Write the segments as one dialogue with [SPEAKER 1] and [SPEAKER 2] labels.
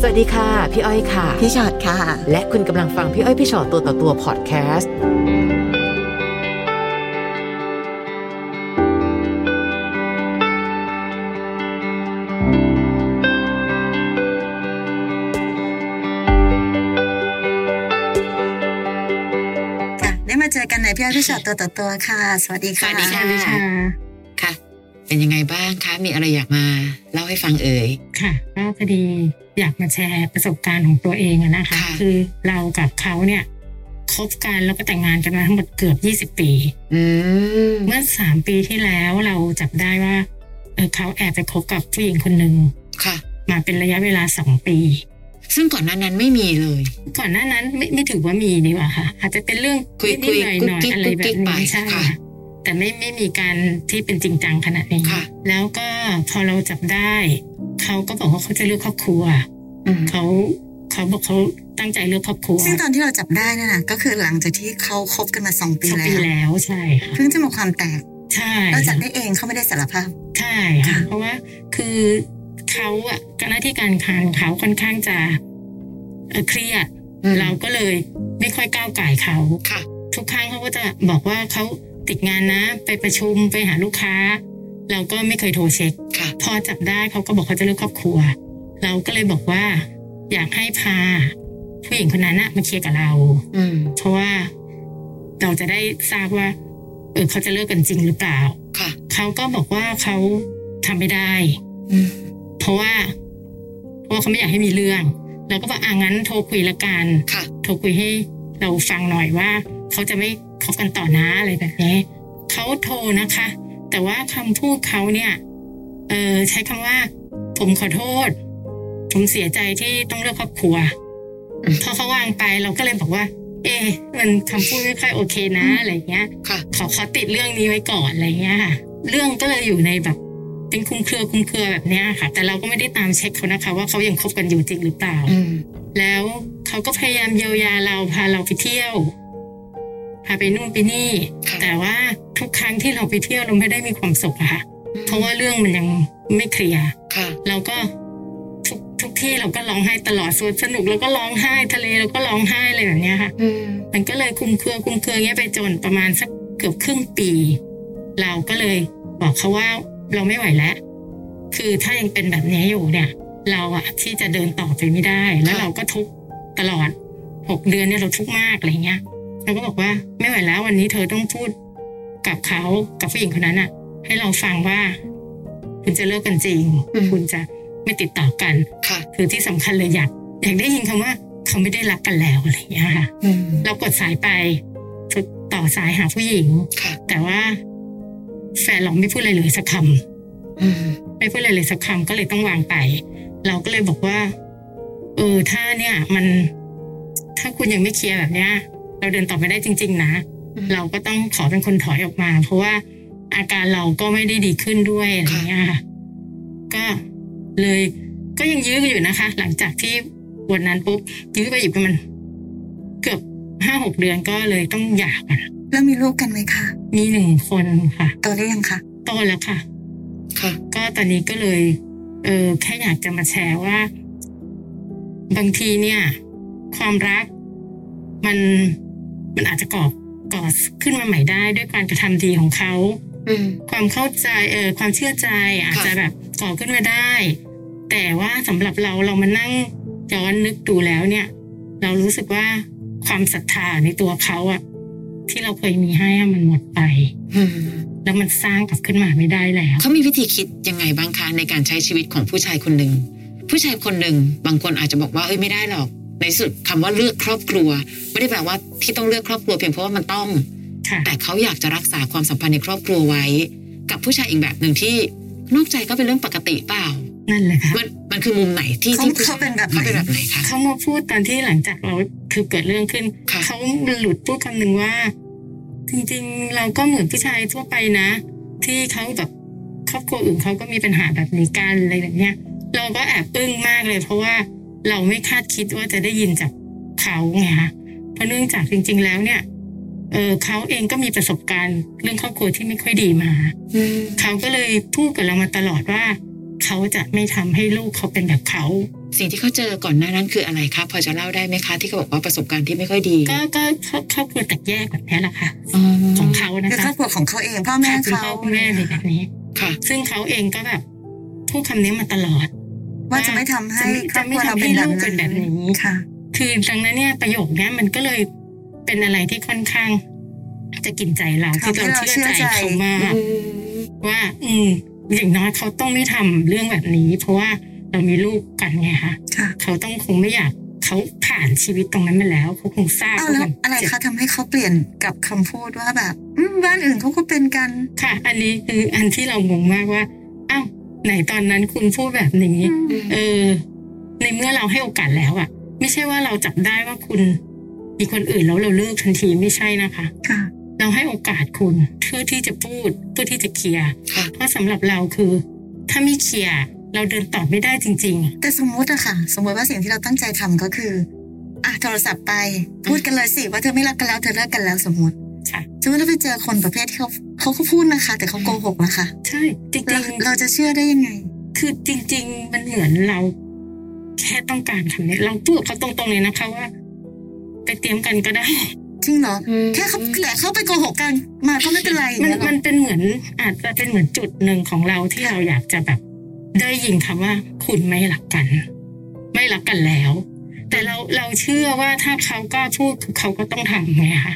[SPEAKER 1] สวัสดีค่ะ พี่อ้อยค่ะ
[SPEAKER 2] พี่ชอดค่ะ
[SPEAKER 1] และคุณกำลังฟังพี่อ้อยพี่ชอตตัวต่อตัวพอดแคสต์
[SPEAKER 2] ค่ะ ได้มาเจอกันในพี่อ้อยพี่ชอดตัวต่อตัวค่ะ สวัสดีค่ะ
[SPEAKER 3] สวัสดีค่ะ ค่ะ เป็นยังไงบ้างคะ มีอะไรอยากมา เล่าให้ฟังเอ่ย
[SPEAKER 4] ค่ะก็พอดีอยากมาแชร์ประสบการณ์ของตัวเองอะนะคะ
[SPEAKER 3] ค่ะ
[SPEAKER 4] คือเรากับเขาเนี่ยคบกันแล้วก็แต่งงานกันมาทั้งหมดเกือบ 20 ปี
[SPEAKER 3] อืม
[SPEAKER 4] เมื่อ 3 ปีที่แล้วเราจับได้ว่าเออเขาแอบไปคบกับผู้หญิงคนหนึ่ง
[SPEAKER 3] ค่ะ
[SPEAKER 4] มาเป็นระยะเวลา 2 ปี
[SPEAKER 3] ซึ่งก่อนหนั้นนั้นไม่มีเลย
[SPEAKER 4] ก่อนหน้านั้นไม่ไม่ถือว่ามีดีกว่าค่ะ อาจจะเป็นเรื่อง
[SPEAKER 3] คุย
[SPEAKER 4] นิดๆหน่อย
[SPEAKER 3] คุย
[SPEAKER 4] หน่อย
[SPEAKER 3] กุ๊กกิ๊ก
[SPEAKER 4] อะไรแบ
[SPEAKER 3] กุ๊กกิ๊
[SPEAKER 4] บ
[SPEAKER 3] กไป
[SPEAKER 4] นี้ใช่
[SPEAKER 3] ค่ะ
[SPEAKER 4] ค่ะแต่ไม่ไม่มีการที่เป็นจริงจังขนาดนี้
[SPEAKER 3] ค่ะ
[SPEAKER 4] แล้วก็พอเราจับได้ เขาก็บอกว่าเขาจะเลือกครอบครัว
[SPEAKER 3] อืม
[SPEAKER 4] เขาเขาบอกเขาตั้งใจเลือกครอบครัว
[SPEAKER 2] ซึ่งตอนที่เราจับได้นั่นนะก็คือหลังจากที่เขาคบกันมาสองปี
[SPEAKER 4] สอง
[SPEAKER 2] แล้
[SPEAKER 4] ปี
[SPEAKER 2] ว
[SPEAKER 4] แล้วใช่ค่ะ
[SPEAKER 2] เพิ่งจะมาความแตก
[SPEAKER 4] ใช่
[SPEAKER 2] เราจับได้เองเขาไม่ได้สารภาพ
[SPEAKER 4] ใช่ค่ะ เพราะว่าคือเขาอะหน้าที่การงานเขาค่อนข้างจะเอ่อเครียด
[SPEAKER 3] อืม
[SPEAKER 4] เราก็เลยไม่ค่อยก้าวไก่ายเขา
[SPEAKER 3] ค่ะ
[SPEAKER 4] ทุกครั้งเขาก็จะบอกว่าเขาติดงานนะ ไปประชุมไปหาลูกค้า เราก็ไม่เคยโทรเช็ค
[SPEAKER 3] ค่ะ
[SPEAKER 4] พอจับได้เขาก็บอกเขาจะเลือกครอบครัว เราก็เลยบอกว่า อยากให้พาผู้หญิงคนนั้นน่ะมาเคลียร์กับเรา
[SPEAKER 3] อืม
[SPEAKER 4] เพราะว่าเราจะได้ทราบว่า เออเขาจะเลิกกันจริงหรือเปล่า
[SPEAKER 3] ค่ะ
[SPEAKER 4] เขาก็บอกว่าเขาทำไม่ได้
[SPEAKER 3] อืม
[SPEAKER 4] เพราะว่าเพราะว่าเขาไม่อยากให้มีเรื่อง เราก็บอกอ่างั้นโทรคุยละกัน
[SPEAKER 3] ค่ะ
[SPEAKER 4] โทรคุยให้เราฟังหน่อยว่า เขาจะไม่คบกันต่อนะอะไรแบบนี้เขาโทรนะคะ แต่ว่าคำพูดเขาเนี่ยเออใช้คำว่า ผมขอโทษ ผมเสียใจที่ต้องเลือกครอบครัว
[SPEAKER 3] อืม
[SPEAKER 4] พอเขาวางไปเราก็เลยบอกว่า เอ๊ะมันคำพูดไม่ค่อยโอเคนะอะไรอย่างเงี้ย
[SPEAKER 3] ค่ะ
[SPEAKER 4] ขอขอติดเรื่องนี้ไว้ก่อนอะไรเงี้ยค่ะ เรื่องก็เลยอยู่ในแบบ เป็นคลุมเครือคลุมเครือแบบเนี้ยค่ะ แต่เราก็ไม่ได้ตามเช็คเขานะคะ ว่าเขายังคบกันอยู่จริงหรือเปล่า
[SPEAKER 3] อืม
[SPEAKER 4] แล้วเขาก็พยายามเยียวยาเราพาเราไปเที่ยว พาไปนู่นไปนี่
[SPEAKER 3] ค่ะ
[SPEAKER 4] แต่ว่าทุกครั้งที่เราไปเที่ยวเราไม่ได้มีความสุขอะค่ะ เพราะว่าเรื่องมันยังไม่เคลียร์
[SPEAKER 3] ค่ะ
[SPEAKER 4] เราก็ทุกทุกที่เราก็ร้องไห้ตลอดส่วนสนุกเราก็ร้องไห้ทะเลเราก็ร้องไห้อะไรแบบเนี้ยค่ะ
[SPEAKER 3] อืม
[SPEAKER 4] มันก็เลยคลุมเครือคลุมเครือเงี้ยไปจนประมาณสักเกือบครึ่งปี เราก็เลยบอกเขาว่าเราไม่ไหวแล้ว คือถ้ายังเป็นแบบนี้อยู่เนี่ย เราอะที่จะเดินต่อไปไม่ได้ แล้ว
[SPEAKER 3] ค่ะ
[SPEAKER 4] เราก็ทุกข์ตลอดหกเดือนเนี่ยเราทุกข์มากอะไรเงี้ยเราก็บอกว่าไม่ไหวแล้ววันนี้เธอต้องพูดกับเขากับผู้หญิงคนนั้นอะให้เราฟังว่า คุณจะเลิกกันจริง คุณจะไม่ติดต่อกัน
[SPEAKER 3] ค่ะ
[SPEAKER 4] คือที่สำคัญเลยอยากอยากได้ยินคำว่าเขาไม่ได้รักกันแล้วอะไรเงี้ยค่ะ
[SPEAKER 3] อืม
[SPEAKER 4] เรากดสายไปต่อสายหาผู้หญิง
[SPEAKER 3] ค่ะ
[SPEAKER 4] แต่ว่าแฟนเราไม่พูดอะไรเลยสักค
[SPEAKER 3] อืม
[SPEAKER 4] ำไม่พูดอะไรเลยสักคำก็เลยต้องวางไป เราก็เลยบอกว่า เออถ้าเนี่ย มัน ถ้าคุณยังไม่เคลียร์แบบเนี้ย เราเดินต่อไม่ได้จริง ๆ นะ
[SPEAKER 3] อืม
[SPEAKER 4] เราก็ต้องขอเป็นคนถอยออกมา เพราะว่าอาการเราก็ไม่ได้ดีขึ้นด้วยอะไรเงี้ยค่ะก็เลยก็ยังยื้อกันอยู่นะคะ หลังจากที่วันนั้นปุ๊บยื้อไปอยู่ประมาณเกือบห้าหกเดือนก็เลยต้องหย่ากัน
[SPEAKER 2] แล้วมีลูกกันไหมคะ
[SPEAKER 4] มีหนึ่งคนค่ะ
[SPEAKER 2] โตได้ยังคะ
[SPEAKER 4] โตแล้วค่ะ
[SPEAKER 3] ค่ะ
[SPEAKER 4] ก็ตอนนี้ก็เลยเออแค่อยากจะมาแชร์ว่า บางทีเนี่ย ความรัก มันมันอาจจะก่อก่อขึ้นมาใหม่ได้ ด้วยการกระทำดีของเขา
[SPEAKER 3] อืม
[SPEAKER 4] ความเข้าใจเออความเชื่อใจอาจจะแบบก่อขึ้นมาได้ แต่ว่าสำหรับเราเรามานั่งย้อนนึกดูแล้วเนี่ย เรารู้สึกว่าความศรัทธาในตัวเขาอะที่เราเคยมีให้อะมันหมดไป
[SPEAKER 3] อืม
[SPEAKER 4] แล้วมันสร้างกลับขึ้นมาไม่ได้แล้ว
[SPEAKER 3] เขามีวิธีคิดยังไงบ้างคะในการใช้ชีวิตของผู้ชายคนหนึ่ง ผู้ชายคนหนึ่ง บางคนอาจจะบอกว่า เอ้ย ไม่ได้หรอก ในที่สุดคำว่าเลือกครอบครัว ไม่ได้แปลว่าที่ต้องเลือกครอบครัวเพียงเพราะว่ามันต้อง
[SPEAKER 4] ค่ะ
[SPEAKER 3] แต่เขาอยากจะรักษาความสัมพันธ์ในครอบครัวไว้ กับผู้ชายอีกแบบหนึ่งที่นอกใจก็เป็นเรื่องปกติเปล่า
[SPEAKER 4] นั่นแหละค่ะ
[SPEAKER 3] มันมันคือมุมไหนที่
[SPEAKER 2] เขา
[SPEAKER 3] ที่ผู้ช
[SPEAKER 2] เขา
[SPEAKER 3] ย
[SPEAKER 2] เป็นแบบไหน
[SPEAKER 3] เขาเป็นแบบไหนคะ
[SPEAKER 4] เขามาพูดตอนที่หลังจากเราคือเกิดเรื่องขึ้น
[SPEAKER 3] ค่ะ
[SPEAKER 4] เขาหลุดพูดคำหนึ่งว่า จริงๆ เราก็เหมือนผู้ชายทั่วไปนะ ที่เขาแบบครอบครัวอื่นเขาก็มีปัญหาแบบนี้กันอะไรแบบเนี้ย เราก็แอบอึ้งมากเลย เพราะว่าเราไม่คาดคิดว่าจะได้ยินจากเขาไงคะเพราะเนื่องจากจริง ๆ แล้วเนี่ยเออเขาเองก็มีประสบการณ์เรื่องครอบครัวที่ไม่ค่อยดีมา
[SPEAKER 3] อืม
[SPEAKER 4] เขาก็เลยพูดกับเรามาตลอดว่า เขาจะไม่ทำให้ลูกเขาเป็นแบบเขา
[SPEAKER 3] สิ่งที่เขาเจอก่อนหน้านั้นคืออะไรคะพอจะเล่าได้ไหมคะ ที่เขาบอกว่าประสบการณ์ที่ไม่ค่อยดี
[SPEAKER 4] ก็ก็ครอบครอบครัวแตกแยกแบบนี้แหละค่ะ
[SPEAKER 3] อ๋อ
[SPEAKER 4] ของเขานะ
[SPEAKER 2] คือครอ
[SPEAKER 4] คะ
[SPEAKER 2] บครัวของเขาเองพ่อแม่
[SPEAKER 4] ค่ะคุณ
[SPEAKER 2] เขา
[SPEAKER 4] พ่อคุณแม่อะไรแบบนี้
[SPEAKER 3] ค่ะ
[SPEAKER 4] ซึ่งเขาเองก็แบบพูดคำนี้มาตลอด
[SPEAKER 2] ว่าจะไม่ทำให้ครอบครัวเราเป็นแบบ
[SPEAKER 4] จะไม่ทำให้ลูกเป็นแบบ
[SPEAKER 2] นั้
[SPEAKER 4] นี้
[SPEAKER 2] นค่ะ
[SPEAKER 4] คือดังนั้นเนี่ยประโยคเนี้ยมันก็เลยเป็นอะไรที่ค่อนข้าง จะกินใจเรา
[SPEAKER 2] ทำ
[SPEAKER 4] ที่
[SPEAKER 2] ให้
[SPEAKER 4] เรา
[SPEAKER 2] เรา
[SPEAKER 4] เชื่อ
[SPEAKER 2] เชื่
[SPEAKER 4] ใจ
[SPEAKER 2] อใจ
[SPEAKER 4] เขามากว่า อืม อย่างน้อยเขาต้องไม่ทำเรื่องแบบนี้ เพราะว่าเรามีลูกกันไงคะ
[SPEAKER 2] ค่ะ
[SPEAKER 4] เขาต้องคงไม่อยากเขาผ่านชีวิตตรงนั้นมาแล้วเขาคงทราบ
[SPEAKER 2] เอาแล้ว
[SPEAKER 4] ว่ามัน
[SPEAKER 2] อะไร
[SPEAKER 4] เจ็บ
[SPEAKER 2] คะทำให้เขาเปลี่ยนกับคำพูดว่าแบบอืมบ้านอื่นเขาก็เป็นกัน
[SPEAKER 4] ค่ะ อันนี้คืออันที่เรางงมากว่า อ้าว ไหนตอนนั้นคุณพูดแบบนี้ เออ ในเมื่อเราให้โอกาสแล้วอะไม่ใช่ว่าเราจับได้ว่าคุณมีคนอื่นแล้วเราเลิกทันทีไม่ใช่นะคะ
[SPEAKER 2] ค่ะ
[SPEAKER 4] เราให้โอกาสคุณเพื่อที่จะพูดเพื่อที่จะเคลียร์
[SPEAKER 3] ค่ะ
[SPEAKER 4] เพราะสำหรับเราคือ ถ้าไม่เคลียร์เราเดินต่อไม่ได้จริง
[SPEAKER 2] แต่สมมติอะค่ะ สมมติว่าสิ่งที่เราตั้งใจทำก็คืออ่ะโทรศัพท์ไป พูดกันเลยสิว่าเธอไม่รักกันแล้วเธอเลิกกันแล้วสมมติ
[SPEAKER 4] ๆ ค่ะ
[SPEAKER 2] สมมติเราไปเจอคนประเภทที่เขาเขาก็พูดนะคะ แต่เขาโกหกนะคะ
[SPEAKER 4] ใช่ จริ
[SPEAKER 2] เรา
[SPEAKER 4] ง
[SPEAKER 2] เราจะเชื่อได้ยังไง
[SPEAKER 4] ๆ คือจริง ๆ มันเหมือนเรา แค่ต้องการคำนี้ เราพูดกับเขาตรงๆเลยนะคะว่า ไปเตรียมกันก็ได้
[SPEAKER 2] จริงเหรอ
[SPEAKER 3] อืม
[SPEAKER 2] แค่เขาแหละเขาไปโกหกกัน มาก็ไม่เป็นไรอย่าง
[SPEAKER 4] มัน
[SPEAKER 2] เงี้ยเหรอ
[SPEAKER 4] มันเป็นเหมือนอาจจะเป็นเหมือนจุดหนึ่งของเราที่เราอยากจะแบบ ได้ยินคำว่า คุณไม่รักกัน ไม่รักกันแล้ว แต่เราเราเชื่อว่าถ้าเขากล้าพูดคือเขาก็ต้องทำไงคะ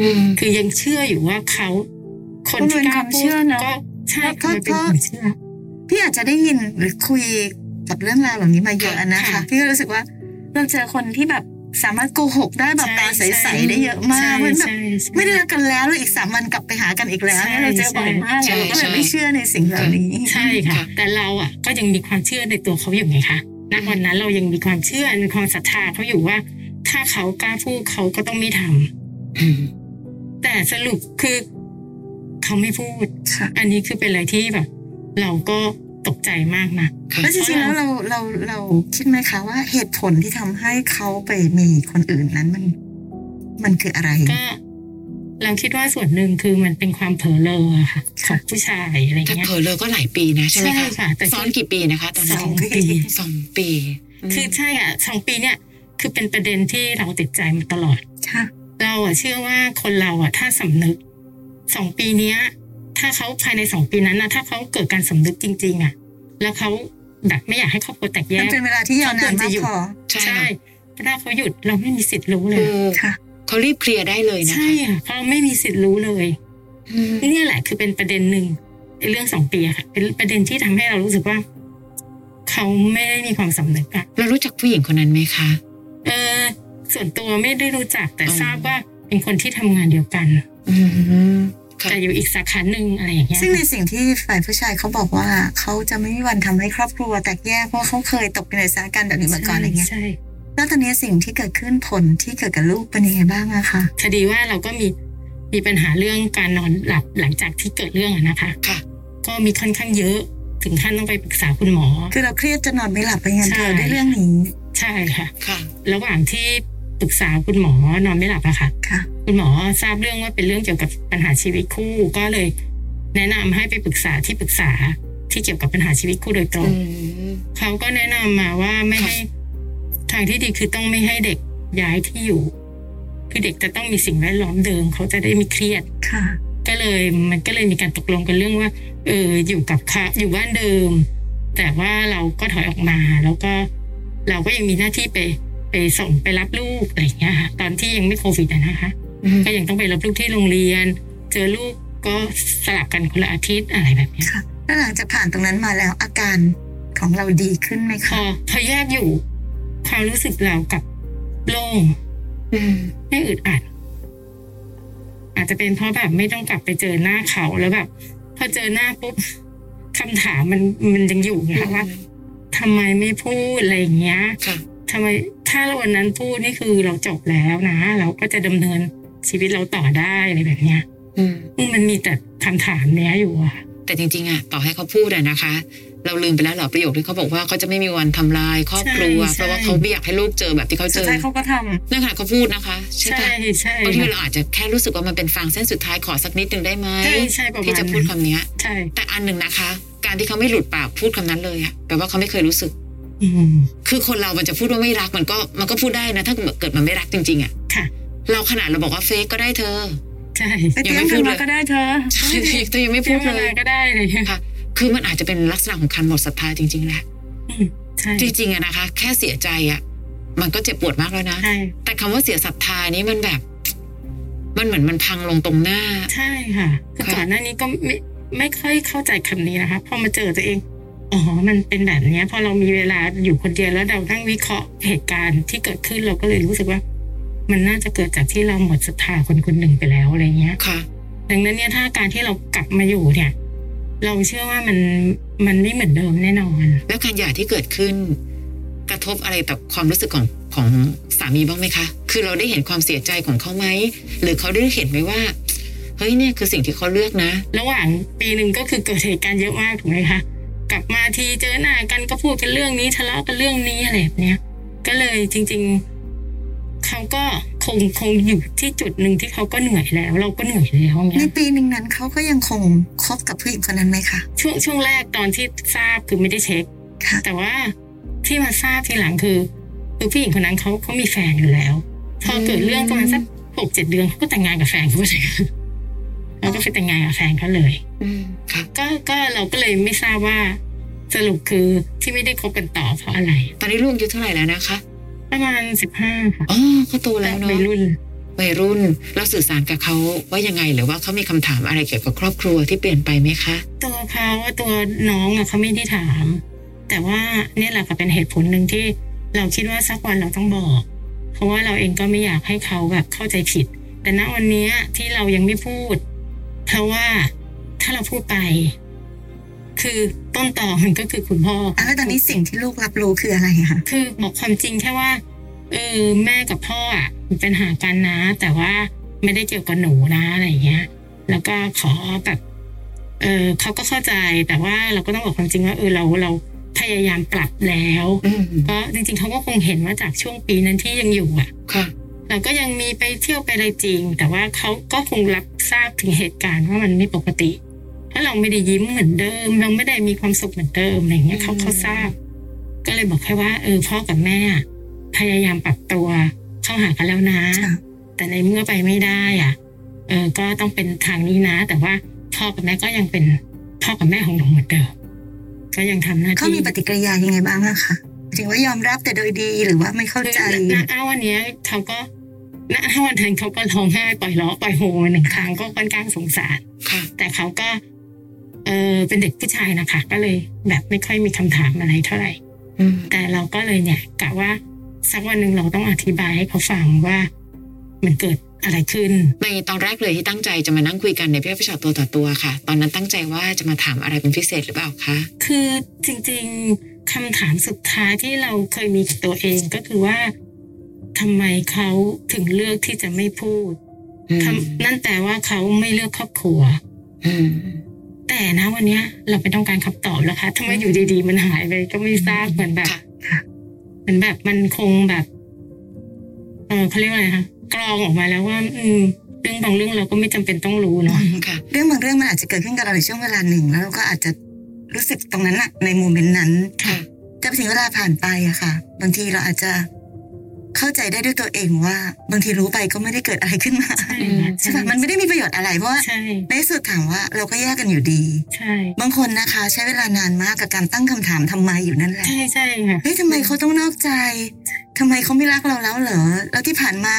[SPEAKER 3] อืม
[SPEAKER 4] คือยังเชื่ออยู่ว่าเขาคนที่กล้าพูดก็ใช่
[SPEAKER 2] เพราะ
[SPEAKER 4] มัน
[SPEAKER 2] เพ
[SPEAKER 4] เป็น
[SPEAKER 2] ราะ
[SPEAKER 4] ความเชื่อ
[SPEAKER 2] พี่อาจจะได้ยินหรือคุยกับเรื่องราวเหล่านี้มาเยอะอะนะ
[SPEAKER 4] ค่ะ
[SPEAKER 2] คะ พี่ก็รู้สึกว่าเราเจอคนที่แบบสามารถโกหกได้แบบตาใสๆได้เยอะมากเหมือนแบบ
[SPEAKER 4] ใช่ใช่
[SPEAKER 2] ไม่ได้รักกันแล้วแล้วอีกสามวันกลับไปหากันอีกแล้วเนี่ยเราเจอบ่อยมาก
[SPEAKER 3] ใช่
[SPEAKER 2] เราก็เล
[SPEAKER 3] ใช่
[SPEAKER 2] ยไม่เชื่อในสิ่งเหล่านี้
[SPEAKER 4] ใช่
[SPEAKER 3] ค่ะ
[SPEAKER 4] ค่ะ แต่เราอ่ะก็ยังมีความเชื่อในตัวเขาอยู่ไงคะณ
[SPEAKER 3] อืม
[SPEAKER 4] วันนั้นเรายังมีความเชื่อมีความศรัทธาเขาอยู่ว่า ถ้าเขากล้าพูดเขาก็ต้องไม่ทำ
[SPEAKER 3] อืม
[SPEAKER 4] แต่สรุปคือเขาไม่พูด
[SPEAKER 2] ค่ะ
[SPEAKER 4] อันนี้คือเป็นอะไรที่แบบ เราก็ตกใจมากนะ
[SPEAKER 2] แล้วจริงๆแล้วเราเราเราคิดไหมคะว่าเหตุผลที่ทำให้เขาไปมีคนอื่นนั้นมัน มันคืออะไร
[SPEAKER 4] ก็เราคิดว่าส่วนหนึ่งคือมันเป็นความเผลอเลออะค่ะข
[SPEAKER 2] ค่ะ
[SPEAKER 4] องผู้ชายอะไร
[SPEAKER 3] ถ้า
[SPEAKER 4] เงี้ย
[SPEAKER 3] เผลอเลอก็หลายปีนะใช่ไหม
[SPEAKER 4] ใช่
[SPEAKER 3] คะ
[SPEAKER 4] ค่ะแต่
[SPEAKER 3] ซ้อนกี่ปีนะคะตอน
[SPEAKER 4] ส
[SPEAKER 3] นั้
[SPEAKER 4] อน งปี
[SPEAKER 3] สองปี
[SPEAKER 4] คือใช่อ่ะสองปีเนี่ย คือเป็นประเด็นที่เราติดใจมาตลอด
[SPEAKER 2] ค่ะ
[SPEAKER 4] เราอะเชื่อว่าคนเราอะถ้าสำนึกสองปีเนี้ย ถ้าเขาภายในสองปีนั้นนะถ้าเขาเกิดการสำนึกจริง ๆอะแล้วเขาแบบไม่อยากให้ครอบครัวแตกแย
[SPEAKER 2] มัน
[SPEAKER 4] ก
[SPEAKER 2] เป็นเวลาที่ยาวนานมากพอ
[SPEAKER 3] ใช่
[SPEAKER 4] ใช่
[SPEAKER 3] ค่ะ
[SPEAKER 4] ถ้าเขาหยุดเราไม่มีสิทธิ์รู้เล
[SPEAKER 3] คื
[SPEAKER 4] ย
[SPEAKER 3] อ
[SPEAKER 2] ค่ะ
[SPEAKER 3] เขารีบเคลียร์ได้เลยนะ
[SPEAKER 4] ใช่
[SPEAKER 3] คะ
[SPEAKER 4] ค่ะเขาไม่มีสิทธิ์รู้เลย
[SPEAKER 3] อืม
[SPEAKER 4] นี่แหละคือเป็นประเด็นหนึ่งไอ้เรื่องสองปีอะค่ะ เป็นประเด็นที่ทำให้เรารู้สึกว่า เขาไม่ได้มีความสำนึกอะ
[SPEAKER 3] เรารู้จักผู้หญิงคนนั้นไหมคะ
[SPEAKER 4] เออ ส่วนตัวไม่ได้รู้จักแต่
[SPEAKER 3] อ๋อ
[SPEAKER 4] ทราบว่าเป็นคนที่ทำงานเดียวกัน
[SPEAKER 3] อืมค่ะ
[SPEAKER 4] แต่อยู่อีกสาขาหนึ่งอะไรอย่างเงี้ย
[SPEAKER 2] ซึ่งในสิ่งที่ฝ่ายผู้ชายเขาบอกว่าเขาจะไม่มีวันทำให้ครอบครัวแตกแยกเพราะเขาเคยตกอยู่ในสถานการณ์แบบนี้มาก่อนอะไรเงี้ย
[SPEAKER 4] ใช่
[SPEAKER 2] แล้วตอนนี้สิ่งที่เกิดขึ้นผลที่เกิดกับลูกเป็นยังไงบ้างอะคะ
[SPEAKER 4] คดีว่าเราก็มีมีปัญหาเรื่องการนอนหลับหลังจากที่เกิดเรื่องอะนะคะ
[SPEAKER 3] ค่ะ
[SPEAKER 4] ก็มีค่อนข้างเยอะ ถึงขั้นต้องไปปรึกษาคุณหมอ
[SPEAKER 2] คือเราเครียดจะนอนไม่หลับไปงั้นเธอด้วยเรื่องนี้
[SPEAKER 4] ใช่ค่ะ
[SPEAKER 3] ค่ะ
[SPEAKER 4] ระหว่างที่ปรึกษาคุณหมอนอนไม่หลับอะค่ะ
[SPEAKER 2] ค่ะ
[SPEAKER 4] คุณหมอทราบเรื่องว่าเป็นเรื่องเกี่ยวกับปัญหาชีวิตคู่ก็เลย แนะนำให้ไปปรึกษาที่ปรึกษาที่เกี่ยวกับปัญหาชีวิตคู่โดยตร
[SPEAKER 3] อื
[SPEAKER 4] ง
[SPEAKER 3] ม
[SPEAKER 4] เขาก็แนะนำมาว่าไม่ให้
[SPEAKER 3] ค่ะ
[SPEAKER 4] ทางที่ดีคือต้องไม่ให้เด็กย้ายที่อยู่ คือเด็กจะต้องมีสิ่งแวดล้อมเดิม เขาจะได้ไมีเครียด
[SPEAKER 2] ค่ะ
[SPEAKER 4] ก็เลยมันก็เลยมีการตกลงกันเรื่องว่า เอออยู่กับค่ะอยู่บ้านเดิม แต่ว่าเราก็ถอยออกมา แล้วก็เราก็ยังมีหน้าที่ไปไปส่งไปรับลูกอะไรอย่างเงี้ยค่ะตอนที่ยังไม่โควิดอะนะคะ
[SPEAKER 3] อืม
[SPEAKER 4] ก็ยังต้องไปรับลูกที่โรงเรียน เจอลูกก็สลับกันคนละอาทิตย์อะไรแบบเนี้ย
[SPEAKER 2] ค่ะแล้วหลังจากผ่านตรงนั้นมาแล้วอาการของเราดีขึ้นไหม
[SPEAKER 4] พ
[SPEAKER 2] คะ
[SPEAKER 4] อพอแยกอยู่ความรู้สึกเรากับโล่ง
[SPEAKER 3] อืม
[SPEAKER 4] ไม่อึดอัด อาจจะเป็นเพราะแบบไม่ต้องกลับไปเจอหน้าเขาแล้วแบบพอเจอหน้าปุ๊บคำถามมันมันยังอยู่ไงคะว่าทำไมไม่พูดอะไรอย่างเงี้ย
[SPEAKER 3] ค่ะ
[SPEAKER 4] ทำไมถ้าวันนั้นพูดนี่คือเราจบแล้วนะ เราก็จะดำเนินชีวิตเราต่อได้อะไรแบบเนี้ย
[SPEAKER 3] อืม
[SPEAKER 4] อืมมันมีแต่คำถามเนี้ยอยู่อะค่ะ
[SPEAKER 3] แต่จริงๆอะต่อให้เขาพูดอะนะคะ เราลืมไปแล้วเหรอประโยคที่เขาบอกว่าเขาจะไม่มีวันทำลายครอบครัว
[SPEAKER 4] ใช่ใช่
[SPEAKER 3] เพราะว่าเขาไม่อยากให้ลูกเจอแบบที่เขาเจ
[SPEAKER 2] สุด
[SPEAKER 3] อ
[SPEAKER 2] ท้ายเขาก็ทำ
[SPEAKER 3] นั่นค่ะเขาพูดนะคะ ใช่
[SPEAKER 4] ใช่
[SPEAKER 3] ปะ
[SPEAKER 4] ใช่
[SPEAKER 3] บางทีเราอาจจะแค่รู้สึกว่ามันเป็นฟางเส้นสุดท้ายขอสักนิดหนึ่งได้ไหม
[SPEAKER 4] ใช่ใช่ประมา
[SPEAKER 3] ที่
[SPEAKER 4] ณ
[SPEAKER 3] จะพู
[SPEAKER 4] นั้
[SPEAKER 3] ด
[SPEAKER 4] น
[SPEAKER 3] คำเนี้ย
[SPEAKER 4] ใช่
[SPEAKER 3] แต่อันหนึ่งนะคะ การที่เขาไม่หลุดปากพูดคำนั้นเลยอะแปลว่าเขาไม่เคยรู้สึก
[SPEAKER 4] อืม
[SPEAKER 3] คือคนเรามันจะพูดว่าไม่รักมันก็มันก็พูดได้นะ ถ้าเกิดมันไม่รักจริงๆอ่ะ
[SPEAKER 4] ค่ะ
[SPEAKER 3] เราขนาดเราบอกว่าเฟกก็ได้เธอ
[SPEAKER 4] ใช่
[SPEAKER 2] ไปเตรียมกันมาก็ได้เธอ
[SPEAKER 3] ใช่ เธอยังไม่
[SPEAKER 4] เตรี
[SPEAKER 3] พู
[SPEAKER 4] ย
[SPEAKER 3] ด
[SPEAKER 4] มเว
[SPEAKER 3] เล
[SPEAKER 4] ลาย ก็ได้อะไรอย่างเลย
[SPEAKER 3] ค่ะ คือมันอาจจะเป็นลักษณะของการหมดศรัทธาจริงๆแหละ
[SPEAKER 4] อืมใช่
[SPEAKER 3] จริงๆอะนะคะ แค่เสียใจอะมันก็เจ็บปวดมากแล้วนะ
[SPEAKER 4] ใช่
[SPEAKER 3] แต่คำว่าเสียศรัทธานี้มันแบบ มันเหมือนมันพังลงตรงหน้า
[SPEAKER 4] ใช่ค่ะคือ
[SPEAKER 3] ค่ะ
[SPEAKER 4] ก่อนหน้านี้ก็ไม่ไม่ค่อยเข้าใจคำนี้นะคะพอมาเจอตัวเองอ๋อมันเป็นแบบเนี้ยพอเรามีเวลาอยู่คนเดียวแล้วเรานั่งวิเคราะห์เหตุการณ์ที่เกิดขึ้นเราก็เลยรู้สึกว่า มันน่าจะเกิดจากที่เราหมดศรัทธาคนคนหนึ่งไปแล้วอะไรเงี้ย
[SPEAKER 3] ค่ะ
[SPEAKER 4] ดังนั้นเนี่ยถ้าการที่เรากลับมาอยู่เนี่ย เราเชื่อว่ามันมันไม่เหมือนเดิมแน่นอน
[SPEAKER 3] แล้วการหย่าที่เกิดขึ้น กระทบอะไรต่อความรู้สึกของของสามีบ้างไหมคะ คือเราได้เห็นความเสียใจของเขาไหม หรือเขาได้เห็นไหมว่า เฮ้ยเนี่ยคือสิ่งที่เขาเลือกนะ
[SPEAKER 4] ระหว่างปีหนึ่งก็คือเกิดเหตุการณ์เยอะมากถูกไหมคะกลับมาทีเจอหน้ากันก็พูดกันเรื่องนี้ทะเลาะกันเรื่องนี้อะไรแบบเนี้ยก็เลยจริง ๆเขาก็คงคงอยู่ที่จุดหนึ่งที่เขาก็เหนื่อยแล้ว เราก็เหนื่อยแล้ว
[SPEAKER 2] ใน
[SPEAKER 4] เนี้ย
[SPEAKER 2] ปีหนึ่งนั้นเขาก็ยังคงคบกับผู้หญิงคนนั้นไหมคะ
[SPEAKER 4] ช่วงช่วงแรกตอนที่ทราบคือไม่ได้เช็ค
[SPEAKER 2] ค่ะ
[SPEAKER 4] แต่ว่าที่มาทราบทีหลังคือคือผู้หญิงคนนั้นเขาเขามีแฟนอยู่แล้ว พอเกิดเรื่องประมาณสักหกเจ็ดเดือนเขาก็แต่งงานกับแฟนเขาเลยแล้วก็ไปแต่งงานกับแฟนเขาเลย
[SPEAKER 3] อืมค่ะ
[SPEAKER 4] ก็ก็เราก็เลยไม่ทราบว่า สรุปคือที่ไม่ได้คบกันต่อเพราะอะไร
[SPEAKER 3] ตอนนี้ลูกอายุเท่าไหร่แล้วนะคะ
[SPEAKER 4] ประมาณสิบห้าค่ะ
[SPEAKER 3] อ๋อเขาโตแล้วเนาะ
[SPEAKER 4] วัยรุ่น
[SPEAKER 3] วัยรุ่นเราสื่อสารกับเขาว่ายังไงหรือว่าเขามีคำถามอะไรเกี่ยวกับครอบครัวที่เปลี่ยนไปไหมคะ
[SPEAKER 4] ตัวเขาตัวน้องอะเขาไม่ได้ถาม แต่ว่าเนี่ยแหละค่ะเป็นเหตุผลหนึ่งที่เราคิดว่าสักวันเราต้องบอก เพราะว่าเราเองก็ไม่อยากให้เขาแบบเข้าใจผิด แต่ณวันเนี้ยที่เรายังไม่พูด เพราะว่าถ้าเราพูดไป คือต้นต่อมันก็คือคุณพ่อ
[SPEAKER 2] อ่ะแล้วตอนนี้สิ่งที่ลูกรับรู้คืออะไรคะ
[SPEAKER 4] คือบอกความจริงแค่ว่าเออแม่กับพ่ออะมีปัญหากันนะ แต่ว่าไม่ได้เกี่ยวกับหนูนะอะไรอย่างเงี้ย แล้วก็ขอแบบ เออเขาก็เข้าใจแต่ว่าเราก็ต้องบอกความจริงว่าเออเราเราพยายามปรับแล้ว
[SPEAKER 3] อืม
[SPEAKER 4] ก็จริงๆเขาก็คงเห็นว่าจากช่วงปีนั้นที่ยังอยู่อ่ะ
[SPEAKER 3] ค่ะ
[SPEAKER 4] เราก็ยังมีไปเที่ยวไปอะไรจริง แต่ว่าเขาก็คงรับทราบถึงเหตุการณ์ว่ามันไม่ปกติเพราะเราไม่ได้ยิ้มเหมือนเดิม เราไม่ได้มีความสุขเหมือนเดิมอะไรอย่างเงี้ยเขา
[SPEAKER 3] อืม
[SPEAKER 4] เขาทราบ ก็เลยบอกแค่ว่าเออพ่อกับแม่อะพยายามปรับตัวเข้าหากันแล้วนะ
[SPEAKER 2] ค่ะ
[SPEAKER 4] แต่ในเมื่อไปไม่ได้อ่ะ เออ ก็ต้องเป็นทางนี้นะ แต่ว่าพ่อกับแม่ก็ยังเป็นพ่อกับแม่ของหนูเหมือนเดิม ก็ยังทำหน้าที่
[SPEAKER 2] เขามีปฏิกิริยายังไงบ้างอะคะถึงว่ายอมรับแต่โดยดีหรือว่าไม่เข้าใจ
[SPEAKER 4] คือณณอ้าวันเนี้ยเขาก็ณอ้าวันนั้นเขาก็ร้องไห้ปล่อยล้อปล่อยโฮมาหนึ่งครั้งก็ค่อนข้างสงสาร
[SPEAKER 3] ค่ะ
[SPEAKER 4] แต่เขาก็ เออเป็นเด็กผู้ชายนะคะ ก็เลยแบบไม่ค่อยมีคำถามอะไรเท่าไหร่
[SPEAKER 3] อืม
[SPEAKER 4] แต่เราก็เลยเนี่ยกะว่าสักวันหนึ่งเราต้องอธิบายให้เขาฟังว่า มันเกิดอะไรขึ้น
[SPEAKER 3] ในตอนแรกเลยที่ตั้งใจจะมานั่งคุยกันในพี่พิชาตัวต่อตัวค่ะ ตอนนั้นตั้งใจว่าจะมาถามอะไรเป็นพิเศษหรือเปล่าคะ
[SPEAKER 4] คือจริงๆคำถามสุดท้ายที่เราเคยมีกับตัวเองก็คือว่าทำไมเขาถึงเลือกที่จะไม่พูด
[SPEAKER 3] อืม
[SPEAKER 4] ทำนั่นแปลว่าเขาไม่เลือกครอบครัว
[SPEAKER 3] อืม
[SPEAKER 4] แต่นะวันเนี้ยเราไม่ต้องการคำตอบแล้วค่ะทำไมอยู่ดีๆ มันหายไปก็ไม่ทราบเหมือนแบบ
[SPEAKER 3] ค่ะ
[SPEAKER 2] ค่ะ
[SPEAKER 4] เหมือนแบบมันคงแบบ เออเขาเรียกว่าอะไรคะกรองออกมาแล้วว่า อืมเรื่องบางเรื่องเราก็ไม่จำเป็นต้องรู้เนาะ
[SPEAKER 3] ค่ะ
[SPEAKER 2] เรื่องบางเรื่องมันอาจจะเกิดขึ้นกับเราในช่วงเวลาหนึ่ง แล้วเราก็อาจจะรู้สึกตรงนั้นอะในโมเมนต์นั้น
[SPEAKER 3] ค่ะ
[SPEAKER 2] แต่พอถึงเวลาผ่านไปอะค่ะ บางทีเราอาจจะเข้าใจได้ด้วยตัวเองว่า บางทีรู้ไปก็ไม่ได้เกิดอะไรขึ้นมา
[SPEAKER 4] ใช่
[SPEAKER 2] ใช่ปะมันไม่ได้มีประโยชน์อะไรเพราะว่า
[SPEAKER 4] ใช่
[SPEAKER 2] ในที่สุดถามว่าเราก็แยกกันอยู่ดี
[SPEAKER 4] ใช่
[SPEAKER 2] บางคนนะคะ ใช้เวลานานมากกับการตั้งคำถามทำไมอยู่นั่นแหละ
[SPEAKER 4] ใช่ใช่ค่ะ
[SPEAKER 2] เฮ้ยทำไมเขาต้องนอกใจ ทำไมเขาไม่รักเราแล้วเหรอ แล้วที่ผ่านมา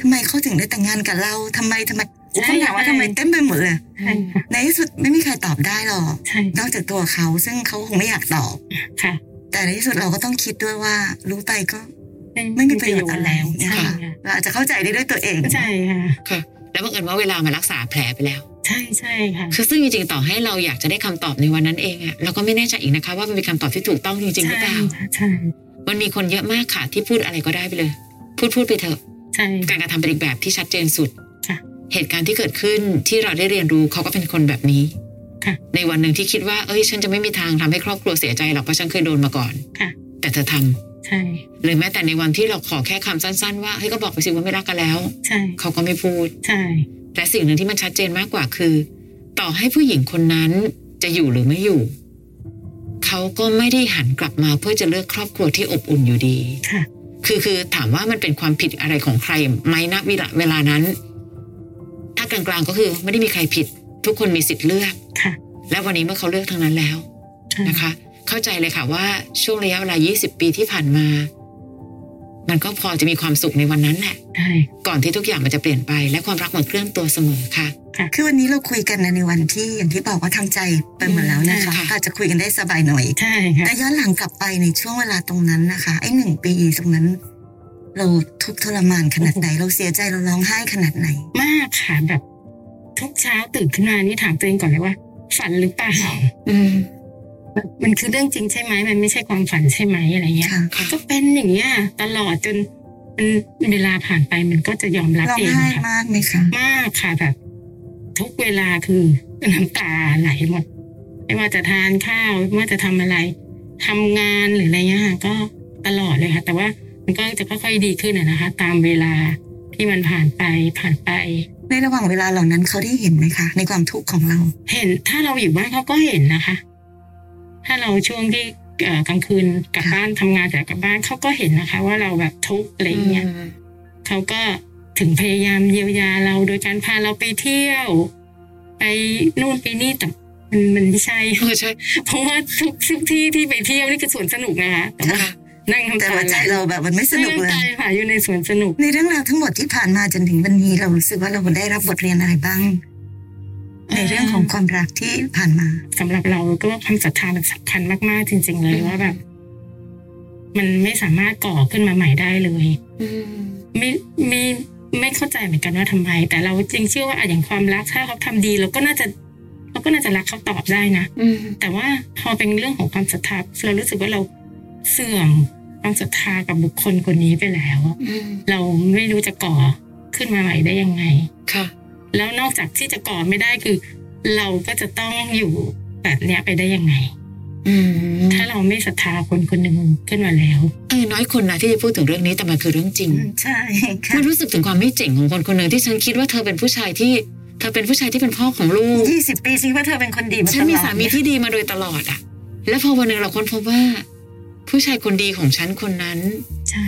[SPEAKER 2] ทำไมเขาถึงได้แต่งงานกับเราทำไมทำไม
[SPEAKER 4] ใช่
[SPEAKER 2] คำถามว่าทำไม
[SPEAKER 4] ใช่
[SPEAKER 2] เต็มไปหมดเลย
[SPEAKER 4] ใช่ค่ะ
[SPEAKER 2] ในที่สุดไม่มีใครตอบได้หรอก
[SPEAKER 4] ใช่
[SPEAKER 2] นอกจากตัวเขาซึ่งเขาคงไม่อยากตอบ
[SPEAKER 4] ค่ะ
[SPEAKER 2] แต่ในที่สุดเราก็ต้องคิดด้วยว่า รู้ไปก็ไม่มีประโยชน์อะไรเนี่ย
[SPEAKER 4] ใช่
[SPEAKER 2] ค่ะ
[SPEAKER 4] ค่ะ
[SPEAKER 2] เราอาจจะเข้าใจได้ด้วยตัวเอง
[SPEAKER 4] ใช่ค่ะ
[SPEAKER 3] ค่ะ แล้วบังเอิญว่าเวลามารักษาแผลไปแล้ว
[SPEAKER 4] ใช่ใช่ค่ะ
[SPEAKER 3] คือซึ่งจริงๆต่อให้เราอยากจะได้คำตอบในวันนั้นเองอะเราก็ไม่แน่ใจอีกนะคะ ว่ามันเป็นคำตอบที่ถูกต้องจริงๆหรือเปล่า
[SPEAKER 4] ใช่
[SPEAKER 3] มันมีคนเยอะมากค่ะ ที่พูดอะไรก็ได้ไปเลย พูดพูดไปเถอะ
[SPEAKER 4] ใช่ใช่
[SPEAKER 3] การกระทำเป็นอีกแบบที่ชัดเจนสุด
[SPEAKER 4] ค่ะ
[SPEAKER 3] เหตุการณ์ที่เกิดขึ้นที่เราได้เรียนรู้เขาก็เป็นคนแบบนี้
[SPEAKER 4] ค่ะ
[SPEAKER 3] ในวันหนึ่งที่คิดว่า เอ้ย ฉันจะไม่มีทางทำให้ครอบครัวเสียใจหรอกเพราะฉันเคยโดนมาก่อน
[SPEAKER 4] ค่ะ
[SPEAKER 3] แต่เธอทำ
[SPEAKER 4] ใช่
[SPEAKER 3] หรือแม้แต่ในวันที่เราขอแค่คำสั้นๆ ว่าเฮ้ยก็บอกไปสิว่าไม่รักกันแล้ว
[SPEAKER 4] ใช่
[SPEAKER 3] เขาก็ไม่พูด
[SPEAKER 4] ใช่
[SPEAKER 3] และสิ่งหนึ่งที่มันชัดเจนมากกว่าคือ ต่อให้ผู้หญิงคนนั้นจะอยู่หรือไม่อยู่ เขาก็ไม่ได้หันกลับมาเพื่อจะเลือกครอบครัวที่อบอุ่นอยู่ดี
[SPEAKER 4] ค่ะ
[SPEAKER 3] คือคือถามว่ามันเป็นความผิดอะไรของใครไหมณเวลาเวลานั้น ถ้ากลางๆก็คือไม่ได้มีใครผิด ทุกคนมีสิทธิ์เลือก
[SPEAKER 4] ค่ะ
[SPEAKER 3] และวันนี้เมื่อเขาเลือกทางนั้นแล้ว
[SPEAKER 4] ใช่
[SPEAKER 3] นะคะเข้าใจเลยค่ะว่าช่วงระยะเวลา 20 ปีที่ผ่านมา มันก็พอจะมีความสุขในวันนั้นแหละ
[SPEAKER 4] ใช่
[SPEAKER 3] ก่อนที่ทุกอย่างมันจะเปลี่ยนไป และความรักมันเคลื่อนตัวเสมอค่ะ
[SPEAKER 2] คือวันนี้เราคุยกันในวันที่อย่างที่บอกว่าทางใจไปหมดแล้วนะคะ
[SPEAKER 3] ค่ะ
[SPEAKER 2] อาจจะคุยกันได้สบายหน่อย
[SPEAKER 4] ใช่ค่ะ
[SPEAKER 2] แต่ย้อนหลังกลับไปในช่วงเวลาตรงนั้นนะคะ ไอ้หนึ่งปีตรงนั้น เราทุกข์ทรมานขนาดไหน เราเสียใจเราร้องไห้ขนาดไหน
[SPEAKER 4] มากค่ะแบบ ทุกเช้าตื่นขึ้นมานี่ถามตัวเองก่อนเลยว่า ฝันหรือเปล่า
[SPEAKER 3] อืม
[SPEAKER 4] มันคือเรื่องจริงใช่ไหมมันไม่ใช่ความฝันใช่ไหมอะไรเงี้ย
[SPEAKER 2] ค่ะ
[SPEAKER 3] ค่ะ
[SPEAKER 4] ก็เป็นอย่างเงี้ยตลอดจนมันเวลาผ่านไปมันก็จะยอมรับ
[SPEAKER 2] ร้อง
[SPEAKER 4] เอง
[SPEAKER 2] ไห้
[SPEAKER 4] ค่ะ
[SPEAKER 2] มากไหมคะ
[SPEAKER 4] มากค่ะแบบ ทุกเวลาคือน้ำตาไหลหมด ไม่ว่าจะทานข้าวไม่ว่าจะทำอะไรทำงานหรืออะไรเงี้ยค่ะก็ตลอดเลยค่ะ แต่ว่ามันก็จะค่อยๆดีขึ้นอะนะคะ ตามเวลาที่มันผ่านไปผ่านไป
[SPEAKER 2] ในระหว่างเวลาเหล่านั้นเขาได้เห็นไหมคะ ในความทุกข์ของเรา
[SPEAKER 4] เห็นถ้าเราอยู่บ้านเขาก็เห็นนะคะ ถ้าเราช่วงที่เอ่อกลางคืนกลับ
[SPEAKER 2] ค่ะ
[SPEAKER 4] บ้านทำงานจากกลับบ้านเขาก็เห็นนะคะ ว่าเราแบบทุกข์อะไรเงี้ย เขาก็ถึงพยายามเยียวยาเราโดยการพาเราไปเที่ยว ไปนู่นไปนี่แต่มันมันไม่ใช่
[SPEAKER 3] เอ อใช่
[SPEAKER 4] เพราะว่าทุกทุกที่ที่ไปเที่ยวนี่คือสวนสนุกนะคะแต่ว่า
[SPEAKER 3] ค่ะ
[SPEAKER 4] นั่งทำ
[SPEAKER 2] แต่หัวใจเราแบบมันไม่สนุกเลย
[SPEAKER 4] นั่งทำใจค่ะอยู่ในสวนสนุก
[SPEAKER 2] ในเรื่องราวทั้งหมดที่ผ่านมาจนถึงวันนี้เรารู้สึกว่าเราได้รับบทเรียนอะไรบ้าง
[SPEAKER 4] เอ่อ
[SPEAKER 2] ในเรื่องของความรักที่ผ่านมา
[SPEAKER 4] สำหรับเราก็ว่าความศรัทธามันสำคัญมากๆ จริง ๆ เลยว่าแบบ มันไม่สามารถก่อขึ้นมาใหม่ได้เลย
[SPEAKER 3] อืม
[SPEAKER 4] ไม่ไม่ไม่เข้าใจเหมือนกันว่าทำไม แต่เราจริงเชื่อว่าอะอย่างความรักถ้าเขาทำดีเราก็น่าจะเราก็น่าจะรักเขาตอบได้นะ
[SPEAKER 3] อืม
[SPEAKER 4] แต่ว่าพอเป็นเรื่องของความศรัทธาเรารู้สึกว่าเราเสื่อมความศรัทธากับบุคคลคนนี้ไปแล้วอะ
[SPEAKER 3] อืม
[SPEAKER 4] เราไม่รู้จะก่อขึ้นมาใหม่ได้ยังไง
[SPEAKER 3] ค่ะ
[SPEAKER 4] แล้วนอกจากที่จะก่อไม่ได้คือ เราก็จะต้องอยู่แบบเนี้ยไปได้ยังไง
[SPEAKER 3] อืม
[SPEAKER 4] ถ้าเราไม่ศรัทธาคนคนหนึ่งขึ้นมาแล้ว
[SPEAKER 3] เออน้อยคนนะที่จะพูดถึงเรื่องนี้แต่มันคือเรื่องจริง
[SPEAKER 2] ใช่ค่ะ
[SPEAKER 3] มันรู้สึกถึงความไม่เจ๋งของคนคนหนึ่งที่ฉันคิดว่าเธอเป็นผู้ชายที่ เธอเป็นผู้ชายที่เป็นพ่อของลูก
[SPEAKER 2] ยี่สิบปีซิว่าเธอเป็นคนดีมาตลอด
[SPEAKER 3] ฉันมีสามีที่ดีมาโดยตลอดอะแล้วพอวันหนึ่งเราค้นพบว่า ผู้ชายคนดีของฉันคนนั้น
[SPEAKER 4] ใช่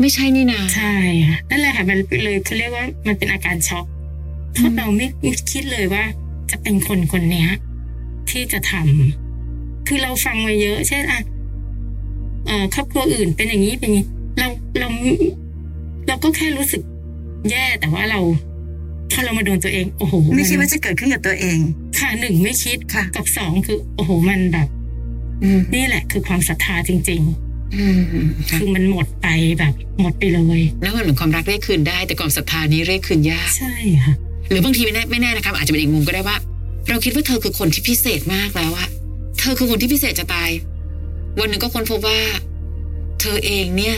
[SPEAKER 3] ไม่ใช่นี่นา
[SPEAKER 4] ใช่ค่ะนั่นแหละค่ะมันเลยเขาเรียกว่ามันเป็นอาการช็อกเพราะเราไม่ไม่คิดเลยว่า จะเป็นคนคนเนี้ย ที่จะทำคือเราฟังมาเยอะ เช่นอ่ะเอ่อครอบครัวอื่นเป็นอย่างนี้เป็นอย่างนี้เราเราเราก็แค่รู้สึกแย่แต่ว่าเราพอเรามาโดนตัวเอง โอ้โหน
[SPEAKER 2] ไม่คิดว่าจะเกิดขึ้นกับตัวเอง
[SPEAKER 4] ค่ะหนึ่งไม่คิด
[SPEAKER 2] ค่ะ
[SPEAKER 4] กับสองคือ โอ้โหมันแบบ
[SPEAKER 3] อืม
[SPEAKER 4] นี่แหละ คือความศรัทธาจริง
[SPEAKER 3] อืมอืม
[SPEAKER 4] ๆ
[SPEAKER 3] ค่ะ
[SPEAKER 4] คือมันหมดไปแบบ หมดไปเลย
[SPEAKER 3] แล้วมันเหมือนความรักเรียกคืนได้ แต่ความศรัทธานี้เรียกคืนยาก
[SPEAKER 4] ใช่ค่ะ
[SPEAKER 3] หรือบางทีไม่แน่ไม่แน่นะครับ อาจจะเป็นอีกมุมก็ได้ว่า เราคิดว่าเธอคือคนที่พิเศษมากแล้วอะเธอคือคนที่พิเศษจะตาย วันหนึ่งก็ค้นพบว่า เธอเองเนี่ย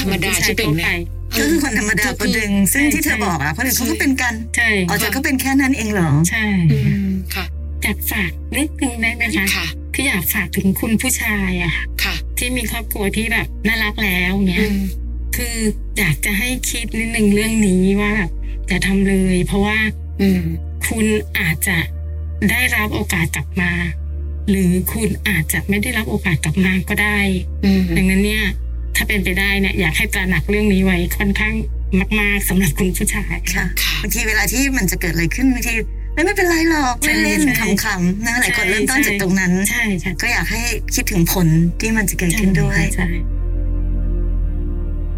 [SPEAKER 3] ธรรมดาที่เป็นเนี่ย เอ
[SPEAKER 2] ก็
[SPEAKER 3] อ
[SPEAKER 2] คือคนธรรมดาคนหนึ่งซึ่งที่เธอบอกอะเพราะเด็กเขาก็เป็นกัน
[SPEAKER 4] ใช่
[SPEAKER 2] อ๋อเธอก็เป็นแค่นั้นเองเหรอ
[SPEAKER 4] ใช่
[SPEAKER 3] อืมค่ะ
[SPEAKER 4] อยากฝากนิดนึงได้ไหมคะ
[SPEAKER 3] ค่ะ
[SPEAKER 4] คืออยากฝากถึงคุณผู้ชายอะค่ะ
[SPEAKER 3] ค่ะ
[SPEAKER 4] ที่มีครอบครัวที่แบบน่ารักแล้ว
[SPEAKER 3] อื
[SPEAKER 4] เนี่ย
[SPEAKER 3] ม
[SPEAKER 4] คืออยากจะให้คิดนิดนึงเรื่องนี้ว่าแบบอย่าทำเลย เพราะว่า
[SPEAKER 3] อืม
[SPEAKER 4] คุณอาจจะได้รับโอกาสกลับมา หรือคุณอาจจะไม่ได้รับโอกาสกลับมาก็ได้
[SPEAKER 3] อืม
[SPEAKER 4] ดังนั้นเนี่ย ถ้าเป็นไปได้เนี่ยอยากให้ตระหนักเรื่องนี้ไว้ค่อนข้างมาก ๆสำหรับคุณผู้ชาย
[SPEAKER 2] ค่ะ
[SPEAKER 3] ค่ะ
[SPEAKER 2] บางทีเวลาที่มันจะเกิดอะไรขึ้นบางทีเอ้ยไม่เป็นไรหรอก
[SPEAKER 4] ใช่
[SPEAKER 2] เล่น
[SPEAKER 4] ใช่
[SPEAKER 2] ๆขำๆนะหลายคน
[SPEAKER 4] ใช่
[SPEAKER 2] เริ่มต้น
[SPEAKER 4] ใช่
[SPEAKER 2] จากตรงนั้น
[SPEAKER 4] ใช่ใช่
[SPEAKER 2] ก็อยากให้คิดถึงผลที่มันจะเกิดขึ้นด้วย
[SPEAKER 4] ใช่